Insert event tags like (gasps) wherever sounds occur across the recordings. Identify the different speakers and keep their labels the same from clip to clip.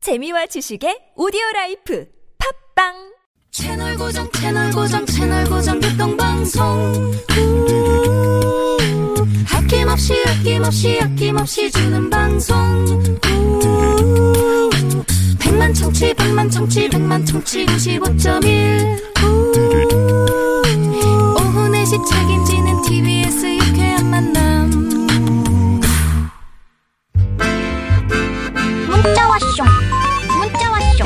Speaker 1: 재미와 지식의 오디오 라이프 팝빵
Speaker 2: 채널 고정 채널 고정 채널 고정 듣던 방송 우, 아낌없이 아낌없이 아낌없이 주는 방송 우, 백만 청취 백만 청취 백만 청취 95.1 우, 오후 네시 책임지는 TBS 유쾌한 만남
Speaker 3: 문자 왔쇼 문자 왔쇼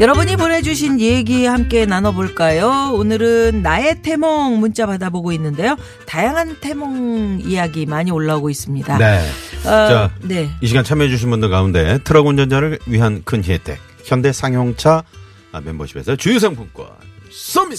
Speaker 4: 여러분이 보내주신 얘기 함께 나눠볼까요? 오늘은 나의 태몽 문자 받아보고 있는데요. 다양한 태몽 이야기 많이 올라오고 있습니다.
Speaker 5: 네.
Speaker 4: 어,
Speaker 5: 자,
Speaker 4: 네.
Speaker 5: 이 시간 참여해주신 분들 가운데 트럭 운전자를 위한 큰 혜택 현대 상용차 아, 멤버십에서 주유상품권 쏩니다.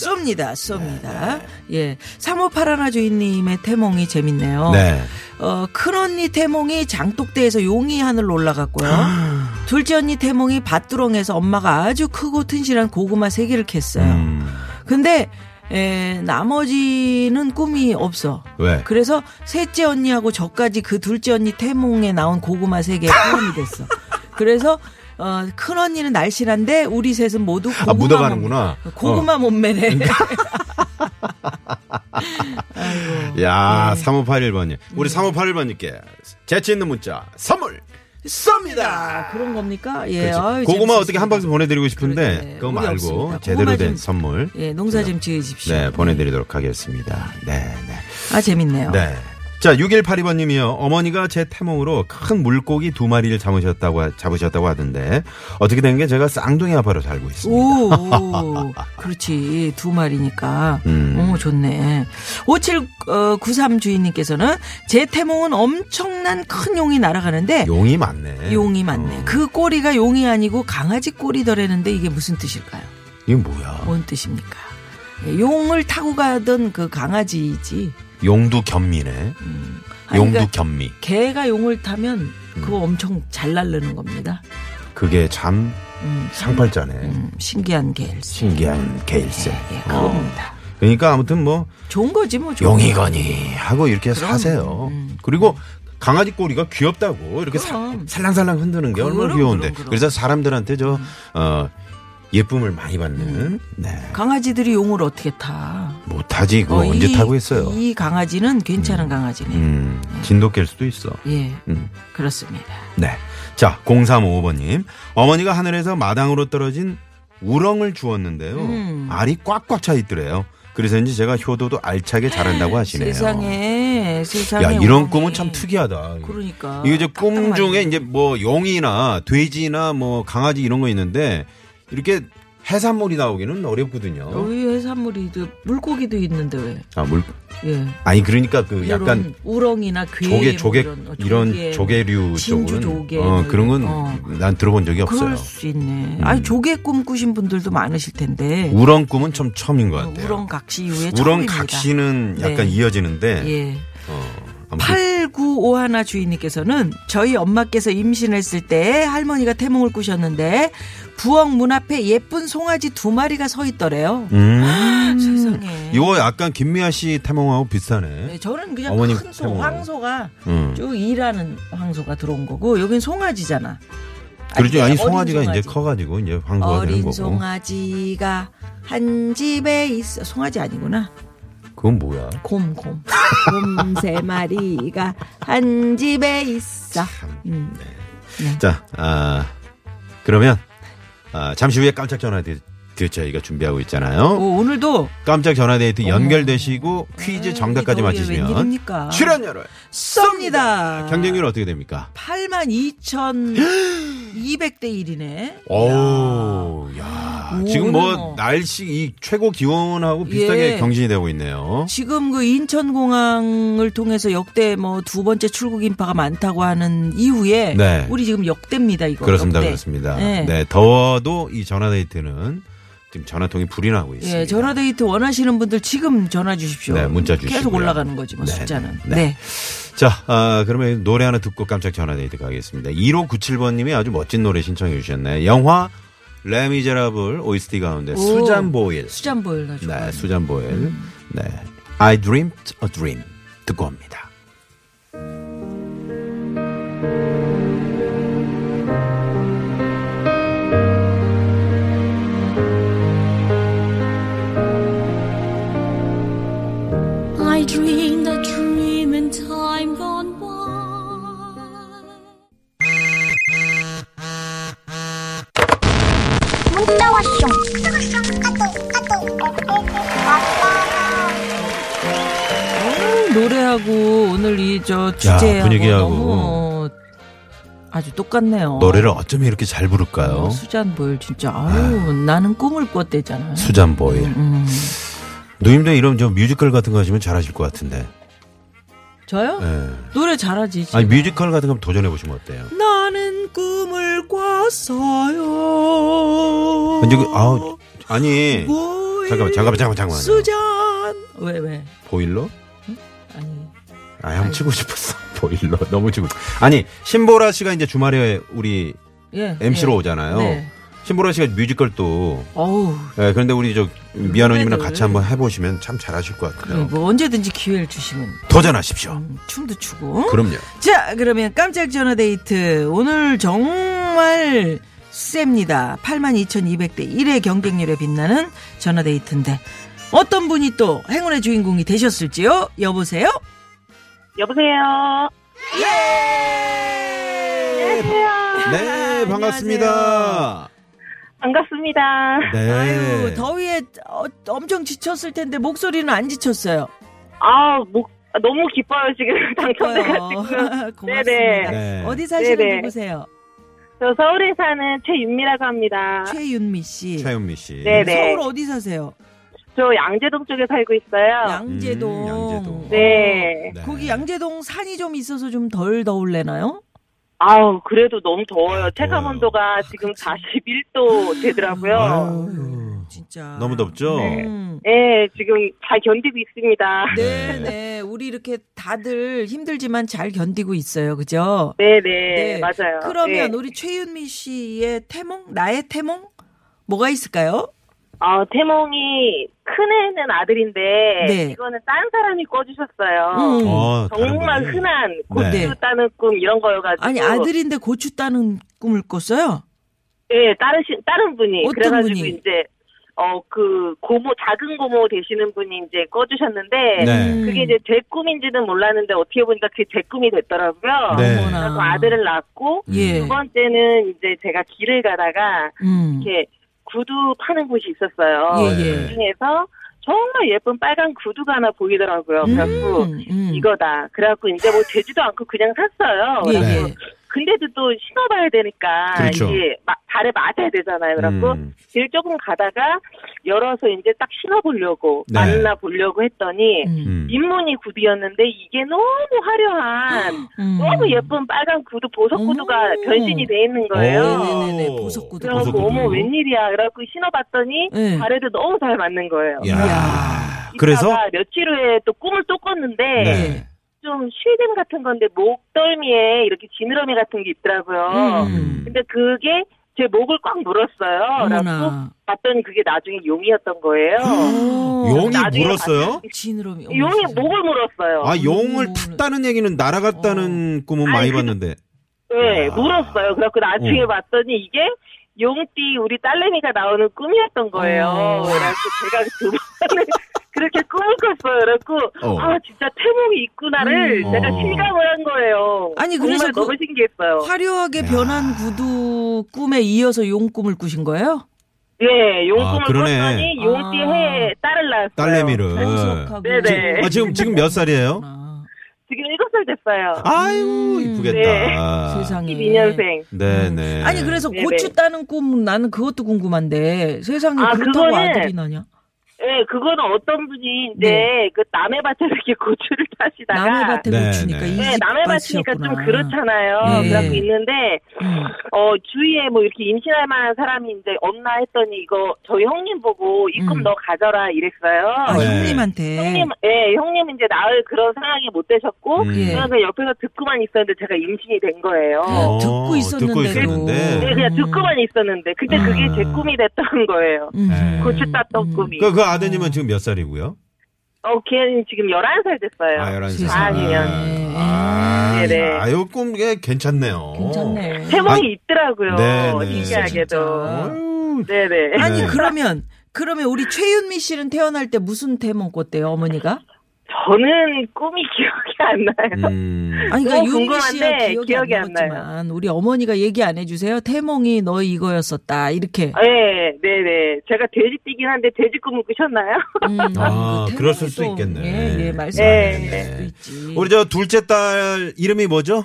Speaker 4: 쏩니다, 쏩니다. 예. 3581 주인님의 태몽이 재밌네요.
Speaker 5: 네.
Speaker 4: 어, 큰 언니 태몽이 장독대에서 용이 하늘로 올라갔고요.
Speaker 5: 아.
Speaker 4: 둘째 언니 태몽이 밭두렁에서 엄마가 아주 크고 튼실한 고구마 세개를 캤어요.
Speaker 5: 음,
Speaker 4: 근데 에, 나머지는 꿈이 없어.
Speaker 5: 왜?
Speaker 4: 그래서 셋째 언니하고 저까지 그 둘째 언니 태몽에 나온 고구마 세개에
Speaker 5: (laughs)
Speaker 4: 포함이 됐어. 그래서 어, 큰 언니는 날씬한데 우리 셋은 모두 고구마
Speaker 5: 아, 묻어가는구나.
Speaker 4: 몸- 고구마 몸매네. 음.
Speaker 5: 야,
Speaker 4: 네.
Speaker 5: 3581번님. 우리 3581번님께 재치 있는 문자 선물
Speaker 4: (laughs)
Speaker 5: 쏩니다.
Speaker 4: 그런 겁니까? 예.
Speaker 5: 그렇지.
Speaker 4: 아유,
Speaker 5: 고구마
Speaker 4: 재밌었습니다.
Speaker 5: 어떻게 한 박스 보내드리고 싶은데
Speaker 4: 그러게.
Speaker 5: 그거
Speaker 4: 우리
Speaker 5: 말고
Speaker 4: 없습니다. 고구마
Speaker 5: 제대로 된
Speaker 4: 좀-
Speaker 5: 선물
Speaker 4: 예, 농사 좀 지으십시오.
Speaker 5: 네 보내드리도록 하겠습니다. 네, 네.
Speaker 4: 아 재밌네요.
Speaker 5: 네. 자, 6182번님이요. 어머니가 제 태몽으로 큰 물고기 두 마리를 잡으셨다고, 하- 잡으셨다고 하던데, 어떻게 된 게 제가 쌍둥이 아빠로 살고 있습니다.
Speaker 4: 오,
Speaker 5: (laughs)
Speaker 4: 오. 그렇지. 두 마리니까.
Speaker 5: 음.
Speaker 4: 오, 좋네. 5793 주인님께서는 제 태몽은 엄청난 큰 용이 날아가는데
Speaker 5: 용이 많네.
Speaker 4: 용이 많네.
Speaker 5: 어,
Speaker 4: 그 꼬리가 용이 아니고 강아지 꼬리더래는데 이게 무슨 뜻일까요?
Speaker 5: 이게 뭐야.
Speaker 4: 뭔 뜻입니까? 예, 용을 타고 가던 그 강아지이지.
Speaker 5: 용두 겸미네.
Speaker 4: 아니,
Speaker 5: 용두
Speaker 4: 그러니까
Speaker 5: 겸미.
Speaker 4: 개가 용을 타면 그거
Speaker 5: 음.
Speaker 4: 엄청 잘 날르는 겁니다.
Speaker 5: 그게 참
Speaker 4: 음,
Speaker 5: 상팔자네.
Speaker 4: 음, 신기한 개일세.
Speaker 5: 신기한 개일세.
Speaker 4: 예,
Speaker 5: 어.
Speaker 4: 그겁니다.
Speaker 5: 그러니까 아무튼 뭐,
Speaker 4: 좋은 거지 뭐. 좋은 거.
Speaker 5: 용이거니 하고 이렇게 사세요. 그리고 강아지 꼬리가 귀엽다고 이렇게 살,
Speaker 4: 음. 그럼.
Speaker 5: 랑살랑 흔드는 게 얼마나
Speaker 4: 그럼,
Speaker 5: 귀여운데.
Speaker 4: 그럼, 음. 그럼.
Speaker 5: 그래서 사람들한테 저, 어, 예쁨을 많이 받는,
Speaker 4: 음.
Speaker 5: 네.
Speaker 4: 강아지들이 용을 어떻게 타?
Speaker 5: 못하지, 그거
Speaker 4: 어,
Speaker 5: 언제
Speaker 4: 이-
Speaker 5: 타고 있어요.
Speaker 4: 이 강아지는 괜찮은 강아지네.
Speaker 5: 음, 진도 깰 수도 있어.
Speaker 4: 예,
Speaker 5: 음.
Speaker 4: 그렇습니다.
Speaker 5: 네. 자, 0355번님. 어머니가 하늘에서 마당으로 떨어진 우렁을 주었는데요.
Speaker 4: 음.
Speaker 5: 알이 꽉꽉 차 있더래요. 그래서인지 제가 효도도 알차게 자란다고 하시네요.
Speaker 4: 세상에, 아, 세상에.
Speaker 5: 야,
Speaker 4: 우렁이.
Speaker 5: 이런 꿈은 참 특이하다.
Speaker 4: 그러니까.
Speaker 5: 이게 이제 꿈
Speaker 4: 딱딱하네.
Speaker 5: 중에 이제 뭐 용이나 돼지나 뭐 강아지 이런 거 있는데 이렇게 해산물이 나오기는 어렵거든요.
Speaker 4: 우리 해산물이 그 물고기도 있는데 왜?
Speaker 5: 아, 물
Speaker 4: 예.
Speaker 5: 아니 그러니까 그 약간
Speaker 4: 이런 우렁이나 괴
Speaker 5: 조개 조개
Speaker 4: 뭐 어,
Speaker 5: 이런 조개류
Speaker 4: 진주
Speaker 5: 쪽은
Speaker 4: 조개
Speaker 5: 어, 그런 건
Speaker 4: 어.
Speaker 5: 난 들어본 적이 없어요. 음.
Speaker 4: 그럴 수 있네. 아니 조개 꿈 꾸신 분들도 많으실 텐데.
Speaker 5: 우렁 꿈은 참 처음인 것 같아요.
Speaker 4: 우렁 각시 이후에
Speaker 5: 우렁
Speaker 4: 처음입니다.
Speaker 5: 각시는 약간
Speaker 4: 네.
Speaker 5: 이어지는데
Speaker 4: 예.
Speaker 5: 어, 아무튼
Speaker 4: 8951 주인님께서는 저희 엄마께서 임신했을 때 할머니가 태몽을 꾸셨는데 부엌 문 앞에 예쁜 송아지 두 마리가 서 있더래요. 아,
Speaker 5: 음.
Speaker 4: 세상에.
Speaker 5: 이거 약간 김미아 씨 태몽하고 비슷하네.
Speaker 4: 네, 저는 그냥
Speaker 5: 어머님
Speaker 4: 큰 소,
Speaker 5: 태몽.
Speaker 4: 황소가
Speaker 5: 음.
Speaker 4: 쭉 일하는 황소가 들어온 거고 여긴 송아지잖아.
Speaker 5: 그러지 아니
Speaker 4: 어린
Speaker 5: 송아지가 이제
Speaker 4: 송아지.
Speaker 5: 커가지고 이제 황소가 되는
Speaker 4: 어린
Speaker 5: 거고.
Speaker 4: 송아지가 한 집에 있어. 송아지 아니구나.
Speaker 5: 그건 뭐야?
Speaker 4: 곰, 곰. 곰 세 마리가 한 집에 있어. 음.
Speaker 5: 자, 아, 그러면 아, 잠시 후에 깜짝 전화 데이트 저희가 준비하고 있잖아요.
Speaker 4: 어, 오, 오늘도
Speaker 5: 깜짝 전화 데이트 연결되시고 퀴즈
Speaker 4: 에이,
Speaker 5: 정답까지
Speaker 4: 또 아, 이게
Speaker 5: 맞히시면
Speaker 4: 웬일입니까?
Speaker 5: 출연료를
Speaker 4: 쏩니다.
Speaker 5: 경쟁률 어떻게 됩니까?
Speaker 4: 82,200대
Speaker 5: (gasps)
Speaker 4: 1이네.
Speaker 5: 오, 야,
Speaker 4: 오,
Speaker 5: 지금
Speaker 4: 오늘
Speaker 5: 뭐
Speaker 4: 뭐.
Speaker 5: 날씨 이 최고 기온하고 비슷하게
Speaker 4: 예.
Speaker 5: 경신이 되고 있네요.
Speaker 4: 지금 그 인천공항을 통해서 역대 뭐 두 번째 출국 인파가 많다고 하는 이후에
Speaker 5: 네.
Speaker 4: 우리 지금 역대입니다 이거.
Speaker 5: 그렇습니다,
Speaker 4: 역대.
Speaker 5: 그렇습니다.
Speaker 4: 네.
Speaker 5: 네. 더워도 이 전화 데이트는 지금 전화통이 불이 나고 있습니다.
Speaker 4: 예, 전화 데이트 원하시는 분들 지금 전화 주십시오.
Speaker 5: 네, 문자 주시고요.
Speaker 4: 계속 올라가는 거지 뭐
Speaker 5: 네,
Speaker 4: 숫자는.
Speaker 5: 네.
Speaker 4: 네.
Speaker 5: 자, 아, 그러면 노래 하나 듣고 깜짝 전화 데이트 가겠습니다. 1597번님이 아주 멋진 노래 신청해 주셨네요. 영화 레미제라블 OST 가운데 수잔 보일.
Speaker 4: 수잔 보일 나 좋아.
Speaker 5: 네, 수잔 보일. 네, I Dreamed a Dream 듣고 옵니다.
Speaker 3: 문자 왔쇼. 까똑, 까똑.
Speaker 4: 음, 노래하고 오늘 이 저 주제하고
Speaker 5: 분위기하고.
Speaker 4: 너무 어, 아주 똑같네요.
Speaker 5: 노래를 어쩜 이렇게 잘 부를까요? 네.
Speaker 4: 어, 수잔 보일 진짜 아유 나는 꿈을 꿨대잖아요.
Speaker 5: 수잔 보일.
Speaker 4: 음.
Speaker 5: 누님도 이런 저 뮤지컬 같은 거 하시면 잘하실 것 같은데.
Speaker 4: 저요?
Speaker 5: 예.
Speaker 4: 노래 잘하지. 제가.
Speaker 5: 아니 뮤지컬 같은 거 한번 도전해 보시면 어때요?
Speaker 4: 나는 꿈을 꿨어요.
Speaker 5: 근데 그, 아우, 아니
Speaker 4: 보일
Speaker 5: 잠깐만 잠깐만 잠깐만 잠깐만.
Speaker 4: 수잔 왜 왜?
Speaker 5: 보일러?
Speaker 4: 아니
Speaker 5: 아, 형 치고 싶었어. (laughs) 보일러 너무 치고. 싶- 아니 신보라 씨가 이제 주말에 우리
Speaker 4: 예
Speaker 5: MC로
Speaker 4: 예.
Speaker 5: 오잖아요.
Speaker 4: 네.
Speaker 5: 신보라 씨가 뮤지컬 또.
Speaker 4: 어우
Speaker 5: 예, 그런데 우리 저 미아노님이랑
Speaker 4: 후배들.
Speaker 5: 같이 한번 해보시면 참 잘하실 것 같아요.
Speaker 4: 네, 그래 뭐 언제든지 기회를 주시면
Speaker 5: 도전하십시오.
Speaker 4: 음, 춤도 추고.
Speaker 5: 그럼요.
Speaker 4: 자, 그러면 깜짝 전화 데이트. 오늘 정말 셉니다. 82,200대 1의 경쟁률에 빛나는 전화 데이트인데 어떤 분이 또 행운의 주인공이 되셨을지요? 여보세요?
Speaker 6: 여보세요.
Speaker 4: 예!
Speaker 5: 네, 반갑습니다.
Speaker 6: 반갑습니다.
Speaker 5: 네.
Speaker 4: 아유, 더위에 어, 엄청 지쳤을 텐데 목소리는 안 지쳤어요.
Speaker 6: 아, 목, 아, 너무 기뻐요, 지금. (laughs) 당첨돼가지고.
Speaker 4: 어, (laughs) 고맙습니다.
Speaker 5: 네.
Speaker 4: 어디 사시는
Speaker 6: 네네.
Speaker 4: 누구세요?
Speaker 6: 저 서울에 사는 최윤미라고 합니다.
Speaker 4: 최윤미 씨.
Speaker 5: 차윤미 씨.
Speaker 6: 네, 네.
Speaker 4: 서울 어디 사세요?
Speaker 6: 저 양재동 쪽에 살고 있어요.
Speaker 4: 양재동. 어.
Speaker 5: 음, 양재동.
Speaker 6: 아. 네.
Speaker 5: 네.
Speaker 4: 거기 양재동 산이 좀 있어서 좀 덜 더울래나요?
Speaker 6: 아우, 그래도 너무
Speaker 4: 네.
Speaker 6: 더워요. 체감
Speaker 5: 더워요.
Speaker 4: 아,
Speaker 6: 온도가
Speaker 4: (laughs)
Speaker 6: 지금 41도 되더라고요.
Speaker 5: 아유,
Speaker 4: 진짜
Speaker 5: 너무 덥죠?
Speaker 4: 음.
Speaker 6: 어. 네, 지금 잘 견디고 있습니다.
Speaker 4: 네,
Speaker 5: 네.
Speaker 4: 네. 우리 이렇게 다들 힘들지만 잘 견디고 있어요. 그죠?
Speaker 6: 네네,
Speaker 4: 네.
Speaker 6: 맞아요.
Speaker 4: 그러면
Speaker 6: 네.
Speaker 4: 우리 최윤미 씨의 태몽, 나의 태몽 뭐가 있을까요?
Speaker 6: 어, 태몽이 큰애는 아들인데,
Speaker 4: 네.
Speaker 6: 이거는 딴 사람이 꿔주셨어요.
Speaker 4: 음.
Speaker 5: 어, 다른
Speaker 6: 정말
Speaker 5: 거네.
Speaker 6: 흔한 고추
Speaker 4: 네.
Speaker 6: 따는 꿈 이런 거여가지고.
Speaker 4: 아니 아들인데 고추 따는 꿈을 꿨어요.
Speaker 6: 예, 다른 시- 다른 분이
Speaker 4: 어떤
Speaker 6: 그래가지고
Speaker 4: 분이?
Speaker 6: 이제 어 그 고모 작은 고모 되시는 분이 이제 꺼주셨는데
Speaker 4: 음.
Speaker 5: 네.
Speaker 6: 그게 이제 제 꿈인지는 몰랐는데 어떻게 보니까 그게 제 꿈이 됐더라고요.
Speaker 5: 네.
Speaker 6: 그래서 아들을 낳았고
Speaker 4: 예.
Speaker 6: 두 번째는 이제 제가 길을 가다가
Speaker 4: 음.
Speaker 6: 이렇게 구두 파는 곳이 있었어요.
Speaker 4: 예, 예.
Speaker 5: 네.
Speaker 6: 그 중에서 정말 예쁜 빨간 구두가 하나 보이더라고요. 그래갖고
Speaker 4: 음, 음.
Speaker 6: 이거다. 그래갖고 이제 뭐 되지도 않고 그냥 샀어요.
Speaker 4: 예,
Speaker 6: 그래갖고
Speaker 4: 예.
Speaker 6: 근데도 또 신어봐야 되니까
Speaker 5: 그렇죠.
Speaker 6: 이게 마- 발에 맞아야 되잖아요. 그래갖고
Speaker 5: 음.
Speaker 6: 길 조금 가다가 열어서 이제 딱 신어보려고
Speaker 5: 네.
Speaker 6: 만나보려고 했더니
Speaker 4: 음.
Speaker 5: 음.
Speaker 6: 입문이 구두였는데 이게 너무 화려한
Speaker 4: 음.
Speaker 6: 너무 예쁜 빨간 구두 보석
Speaker 4: 어머.
Speaker 6: 구두가 변신이 돼 있는
Speaker 5: 오.
Speaker 6: 거예요.
Speaker 4: 네네네, 보석 구두.
Speaker 6: 그래갖고
Speaker 5: 보석 구두.
Speaker 6: 어머 웬일이야. 그래갖고 신어봤더니
Speaker 4: 네.
Speaker 6: 발에도 너무 잘 맞는 거예요.
Speaker 5: 이야.
Speaker 4: 이야.
Speaker 5: 그래서
Speaker 6: 입다가 며칠 후에 또 꿈을 또 꿨는데
Speaker 5: 네.
Speaker 4: 예.
Speaker 6: 좀 쉴든 같은 건데 목덜미에 이렇게 지느러미 같은 게 있더라고요.
Speaker 4: 음.
Speaker 6: 근데 그게 제 목을 꽉 물었어요. 라고
Speaker 4: 어머나.
Speaker 6: 봤더니 그게 나중에 용이었던 거예요.
Speaker 4: 어,
Speaker 5: 용이
Speaker 6: 나중에
Speaker 5: 물었어요?
Speaker 4: 지느러미. 어머,
Speaker 6: 용이
Speaker 4: 세상에.
Speaker 6: 목을 물었어요.
Speaker 5: 아, 용을
Speaker 4: 음. 어.
Speaker 5: 탁 따는 얘기는 날아갔다는 꿈은 많이
Speaker 6: 아니, 그-
Speaker 5: 봤는데.
Speaker 6: 네,
Speaker 5: 아.
Speaker 6: 물었어요. 그래갖고 나중에
Speaker 5: 어.
Speaker 6: 봤더니 이게 용띠 우리 딸내미가 나오는 꿈이었던 거예요.
Speaker 4: 어.
Speaker 6: 그래서 제가 두 번을 (laughs) 그렇게 꿈을 꿨어요. 그래갖고
Speaker 5: 어.
Speaker 6: 아 진짜 태몽이 있구나를
Speaker 5: 음.
Speaker 6: 제가
Speaker 5: 어.
Speaker 6: 실감을 한 거예요.
Speaker 4: 아니,
Speaker 6: 정말
Speaker 4: 그래서 그-
Speaker 6: 너무 신기했어요.
Speaker 4: 화려하게
Speaker 5: 야.
Speaker 4: 변한 구두 꿈에 이어서 용 꿈을 꾸신 거예요?
Speaker 6: 예, 용
Speaker 5: 아,
Speaker 6: 꿈을
Speaker 5: 그러네.
Speaker 6: 꿨더니 용띠
Speaker 4: 아.
Speaker 6: 해에 딸을 낳았어요.
Speaker 5: 딸내미를.
Speaker 4: 단속하고.
Speaker 6: 네네.
Speaker 5: 예. 아, 지금, 지금 몇 살이에요?
Speaker 4: 아,
Speaker 6: 지금 7살 됐어요.
Speaker 5: 아유, 이쁘겠다.
Speaker 4: 음.
Speaker 6: 네.
Speaker 4: 세상에. 음.
Speaker 6: 12년생.
Speaker 5: 네네.
Speaker 4: 아니 그래서
Speaker 6: 네네.
Speaker 4: 고추 따는 꿈 나는 그것도 궁금한데 세상에
Speaker 6: 아,
Speaker 4: 그렇다고
Speaker 6: 그거는-
Speaker 4: 아들이 나냐?
Speaker 6: 예, 그거는 어떤 분이 이제
Speaker 4: 네.
Speaker 6: 그 남의 밭에 이렇게 고추를 타시다가
Speaker 4: 남의 밭에
Speaker 5: 네네.
Speaker 4: 고추니까 이
Speaker 6: 네,
Speaker 4: 집
Speaker 6: 남의 밭이니까
Speaker 4: 밭이었구나.
Speaker 6: 좀 그렇잖아요.
Speaker 4: 네.
Speaker 6: 그래갖고 있는데,
Speaker 4: 음.
Speaker 6: 어, 주위에 뭐 이렇게 임신할 만한 사람이 이제 없나 했더니 이거 저희 형님 보고 이 꿈
Speaker 4: 음.
Speaker 6: 너 가져라 이랬어요.
Speaker 4: 아
Speaker 5: 네.
Speaker 4: 형님한테.
Speaker 6: 형님, 예, 형님 이제 낳을 그런 상황이 못 되셨고,
Speaker 5: 음.
Speaker 4: 예.
Speaker 6: 그래서 옆에서 듣고만 있었는데 제가 임신이 된 거예요.
Speaker 5: 어,
Speaker 4: 그 듣고
Speaker 5: 듣고
Speaker 4: 있었는데도.
Speaker 5: 있었는데.
Speaker 6: 네,
Speaker 4: 음.
Speaker 6: 그냥
Speaker 4: 아.
Speaker 6: 듣고만 있었는데, 근데 그게 제 꿈이 됐던 거예요.
Speaker 4: 음.
Speaker 5: 네.
Speaker 6: 고추 땄던 꿈이.
Speaker 5: 그, 그 아드님은 지금 몇 살이고요?
Speaker 6: 어, 걔는 지금 네. 11살 됐어요.
Speaker 5: 아, 11살.
Speaker 4: 세상에.
Speaker 5: 아, 아,
Speaker 6: 네네.
Speaker 5: 아유, 꿈, 예, 괜찮네요.
Speaker 4: 예. 괜찮네.
Speaker 6: 태몽이
Speaker 5: 아,
Speaker 6: 있더라고요.
Speaker 5: 네, 네.
Speaker 6: 신기하게도.
Speaker 5: 아유,
Speaker 6: 네네.
Speaker 4: 아니
Speaker 5: 네.
Speaker 4: 그러면 그러면 우리 최윤미 씨는 태어날 때 무슨 태몽 꿨대요 어머니가?
Speaker 6: 저는 꿈이 기억이 안 나요.
Speaker 5: 음.
Speaker 4: 아니
Speaker 6: 너무
Speaker 4: 그러니까 윤기 씨야
Speaker 6: 궁금한데
Speaker 4: 기억이,
Speaker 6: 기억이
Speaker 4: 안
Speaker 6: 안 나요.
Speaker 4: 나지만 우리 어머니가 얘기 안 해주세요. 태몽이 너 이거였었다 이렇게.
Speaker 6: 네, 네, 네. 제가 돼지띠긴 한데 돼지 꿈을 꾸셨나요?
Speaker 4: 음,
Speaker 6: (laughs)
Speaker 5: 아,
Speaker 4: 그
Speaker 5: 그랬을 수
Speaker 4: 태몽이 또,
Speaker 5: 있겠네.
Speaker 4: 예, 예 말씀.
Speaker 6: 네,
Speaker 5: 네.
Speaker 4: 있지.
Speaker 5: 우리 저 둘째 딸 이름이 뭐죠?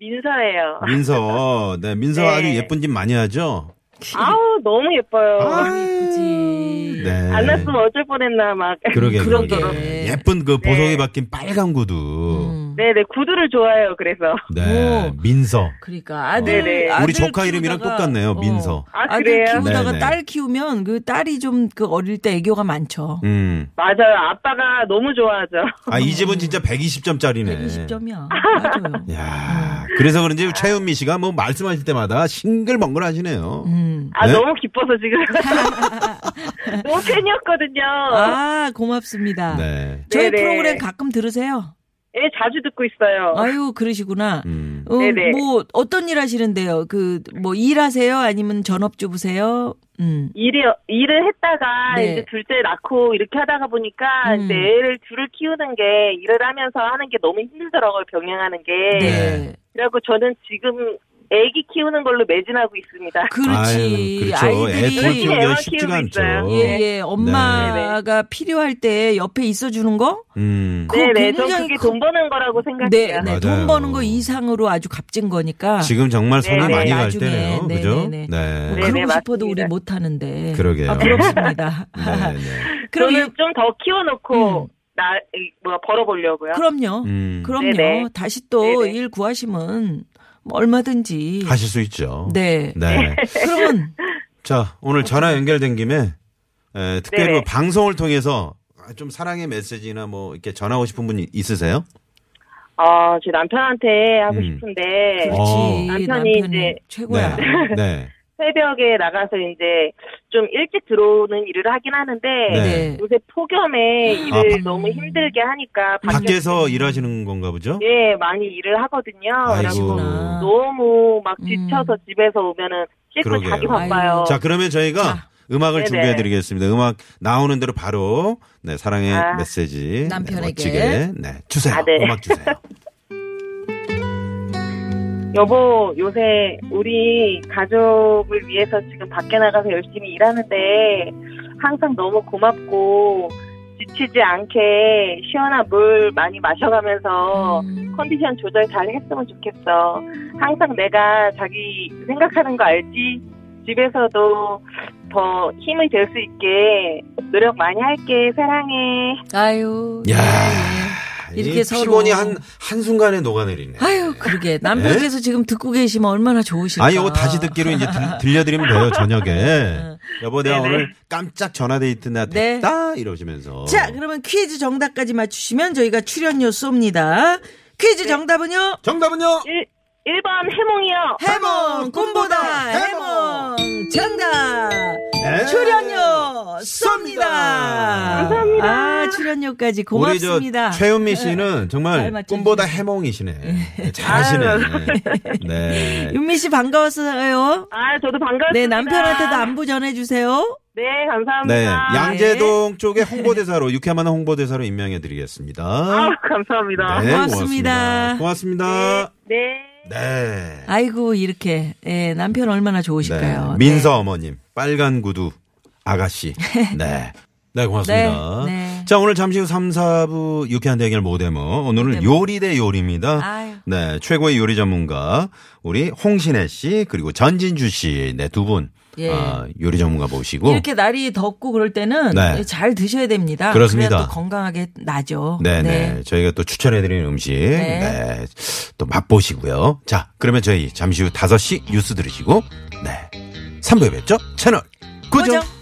Speaker 6: 민서예요.
Speaker 5: 민서. 네, 민서
Speaker 6: 네. 어,
Speaker 5: 아주 예쁜 짓 많이 하죠?
Speaker 6: 아우 너무 예뻐요.
Speaker 4: 예쁘지.
Speaker 5: 네.
Speaker 6: 안 났으면 어쩔 뻔했나 막.
Speaker 5: 그러게, 그러게.
Speaker 4: 그러게.
Speaker 5: 예쁜 그
Speaker 6: 네.
Speaker 5: 보석이 박힌 빨간 구두.
Speaker 4: 음.
Speaker 6: 네네 구두를 좋아해요. 그래서
Speaker 5: 네.
Speaker 4: 오.
Speaker 5: 민서.
Speaker 4: 그러니까 아들,
Speaker 6: 네네.
Speaker 4: 아들
Speaker 5: 우리 조카 이름이랑
Speaker 4: 키우다가,
Speaker 5: 똑같네요,
Speaker 4: 어,
Speaker 5: 민서.
Speaker 6: 아,
Speaker 4: 아들
Speaker 6: 그래요?
Speaker 4: 키우다가
Speaker 5: 네네.
Speaker 4: 딸 키우면 그 딸이 좀 그 어릴 때 애교가 많죠.
Speaker 5: 음.
Speaker 6: 맞아요. 아빠가 너무 좋아하죠.
Speaker 5: 아, 이 집은 진짜 120점짜리네.
Speaker 4: 120점이야. 맞아요.
Speaker 5: 야 그래서 그런지 최은미 씨가 뭐 말씀하실 때마다 싱글벙글 하시네요.
Speaker 4: 음.
Speaker 6: 아
Speaker 5: 네?
Speaker 6: 너무 기뻐서
Speaker 4: (laughs)
Speaker 6: 지금 너무 팬이었거든요.
Speaker 4: 아 고맙습니다.
Speaker 5: 네.
Speaker 4: 저희
Speaker 6: 어. 네네.
Speaker 4: 프로그램 가끔 들으세요.
Speaker 6: 예 자주 듣고 있어요.
Speaker 4: 아유 그러시구나.
Speaker 5: 음.
Speaker 4: 어,
Speaker 6: 네네.
Speaker 4: 뭐 어떤 일 하시는데요? 그 뭐 일하세요? 아니면 전업주부세요? 음.
Speaker 6: 일이 일을 했다가
Speaker 4: 네.
Speaker 6: 이제 둘째 낳고 이렇게 하다가 보니까
Speaker 4: 음.
Speaker 6: 이제 애를 둘을 키우는 게 일을 하면서 하는 게 너무 힘들더라고요. 병행하는 게.
Speaker 4: 네.
Speaker 6: 그래갖고 저는 지금 애기 키우는 걸로 매진하고 있습니다.
Speaker 5: 아유,
Speaker 4: 그렇지.
Speaker 5: 그렇죠. 뭐.
Speaker 4: 이들
Speaker 5: 애
Speaker 4: 이
Speaker 5: 둘 키우기가
Speaker 6: 애만
Speaker 5: 쉽지가
Speaker 6: 키우고
Speaker 5: 않죠.
Speaker 6: 있어요.
Speaker 4: 예, 예. 엄마가 필요할 때 옆에 있어 주는 거?
Speaker 5: 음.
Speaker 6: (laughs)
Speaker 4: 그거
Speaker 6: 네네, 전
Speaker 4: 굉장히
Speaker 6: 그게
Speaker 4: 큰-
Speaker 6: 돈 버는 거라고
Speaker 4: 네,
Speaker 6: 생각해요.
Speaker 4: 네.
Speaker 5: 맞아요.
Speaker 4: 돈 버는 거 이상으로 아주 값진 거니까.
Speaker 5: 지금 정말 손을
Speaker 6: 네네.
Speaker 5: 많이 갈
Speaker 4: 나중에,
Speaker 5: 때네요.
Speaker 4: 네네네.
Speaker 5: 그죠? 네.
Speaker 4: 뭐
Speaker 6: 네네,
Speaker 4: 그러고 싶어도
Speaker 6: 맞습니다.
Speaker 4: 우리 못 하는데.
Speaker 5: 그러게요.
Speaker 4: 아, 부럽습니다.
Speaker 5: 네, 네.
Speaker 4: (laughs) 그럼
Speaker 6: 저는 좀 더 키워놓고
Speaker 4: 음.
Speaker 6: 나 뭐야 벌어보려고요.
Speaker 4: 그럼요.
Speaker 5: 음.
Speaker 4: 그럼요.
Speaker 6: 네네.
Speaker 4: 다시 또
Speaker 6: 네네.
Speaker 4: 일 구하시면 뭐 얼마든지.
Speaker 5: 하실 수 있죠.
Speaker 4: 네.
Speaker 5: 네.
Speaker 4: 그러면
Speaker 5: 자, 오늘 전화 연결된 김에 에, 특별히
Speaker 6: 네네.
Speaker 5: 뭐 방송을 통해서 좀 사랑의 메시지나 뭐 이렇게 전하고 싶은 분이 있으세요? 네.
Speaker 6: 아, 제 남편한테 하고
Speaker 5: 음.
Speaker 6: 싶은데
Speaker 5: 그렇죠. 어.
Speaker 4: 그렇지.
Speaker 6: 남편이
Speaker 4: 네. 남편은
Speaker 6: 이제-
Speaker 4: 최고야.
Speaker 5: (laughs) 네. 네.
Speaker 6: 새벽에 나가서 이제 좀 일찍 들어오는 일을 하긴 하는데
Speaker 5: 네.
Speaker 6: 요새 폭염에 일을
Speaker 5: 아, 밖-
Speaker 6: 너무 힘들게 하니까
Speaker 5: 밖에서 일하시는 건가 보죠?
Speaker 6: 예 많이 일을 하거든요.
Speaker 5: 아이고.
Speaker 6: 그래갖고
Speaker 4: 그러시구나.
Speaker 6: 너무 막
Speaker 4: 음.
Speaker 6: 지쳐서 집에서 오면은 씻고
Speaker 5: 그러게요.
Speaker 6: 자기 바빠요.
Speaker 5: 자, 그러면 저희가
Speaker 4: 자.
Speaker 5: 음악을
Speaker 6: 네네.
Speaker 5: 준비해 드리겠습니다. 음악 나오는 대로 바로 네, 사랑의
Speaker 6: 아,
Speaker 5: 메시지
Speaker 4: 남편에게.
Speaker 5: 네, 멋지게 네, 주세요.
Speaker 6: 아, 네.
Speaker 5: 음악 주세요.
Speaker 6: 여보 요새 우리 가족을 위해서 지금 밖에 나가서 열심히 일하는데 항상 너무 고맙고 지치지 않게 시원한 물 많이 마셔가면서 컨디션 조절 잘 했으면 좋겠어. 항상 내가 자기 생각하는 거 알지? 집에서도 더 힘이 될 수 있게 노력 많이 할게. 사랑해.
Speaker 4: 아유.
Speaker 5: 야.
Speaker 4: 예. 이렇게
Speaker 5: 이
Speaker 4: 서로-
Speaker 5: 피곤이 한, 한순간에 녹아내리네.
Speaker 4: 아유, 그러게. 남편께서 지금 듣고 계시면 얼마나 좋으실까.
Speaker 5: 아니, 이거 다시 듣기로 이제 들, 려드리면 돼요, 저녁에.
Speaker 4: (laughs)
Speaker 5: 여보, 내가
Speaker 6: 네네.
Speaker 5: 오늘 깜짝 전화데이트 나
Speaker 4: 네.
Speaker 5: 됐다? 이러시면서.
Speaker 4: 자, 그러면 퀴즈 정답까지 맞추시면 저희가 출연료 쏩니다. 퀴즈 정답은요?
Speaker 5: 정답은요?
Speaker 6: 1번 해몽이요.
Speaker 4: 해몽 꿈보다 해몽 정답
Speaker 5: 네.
Speaker 4: 출연료 쏩니다.
Speaker 5: 감사합니다.
Speaker 4: 아 출연료까지 고맙습니다. 네.
Speaker 5: 우리 저 최은미 씨는
Speaker 4: 잘
Speaker 5: 정말
Speaker 4: 맞춰주셨어요.
Speaker 5: 꿈보다 해몽이시네. 잘하시네. 네.
Speaker 4: (laughs) 윤미 씨 반가웠어요.
Speaker 6: 아, 저도 반갑습니다.
Speaker 4: 네 남편한테도 안부 전해주세요.
Speaker 6: 네, 감사합니다.
Speaker 5: 네. 양재동
Speaker 4: 예.
Speaker 5: 쪽의 홍보대사로, 유쾌한 홍보대사로 임명해드리겠습니다.
Speaker 6: 아, 감사합니다.
Speaker 5: 네,
Speaker 4: 고맙습니다. 예.
Speaker 5: 고맙습니다.
Speaker 6: 네.
Speaker 5: 네.
Speaker 4: 아이고 이렇게 예, 남편 얼마나 좋으실까요?
Speaker 5: 네. 민서 어머님, 빨간 구두
Speaker 4: (laughs)
Speaker 5: 아가씨. 네. 네, 고맙습니다.
Speaker 4: 네, 네.
Speaker 5: 자, 오늘 잠시 후 3, 4부 유쾌한 대결 모데모. 오늘은 요리 대 요리입니다.
Speaker 4: 아유.
Speaker 5: 네, 최고의 요리 전문가, 우리 홍신혜 씨, 그리고 전진주 씨, 네, 두 분.
Speaker 4: 예.
Speaker 5: 아, 요리 전문가 모시고.
Speaker 4: 네. 이렇게 날이 덥고 그럴 때는
Speaker 5: 네.
Speaker 4: 예, 잘 드셔야 됩니다.
Speaker 5: 그렇습니다.
Speaker 4: 그래야 또 건강하게 나죠.
Speaker 5: 네네. 저희가 또 추천해드리는 음식. 네. 또 맛보시고요. 자, 그러면 저희 잠시 후 5시 뉴스 들으시고, 네. 3부에 뵙죠? 채널 고정.
Speaker 4: 고정.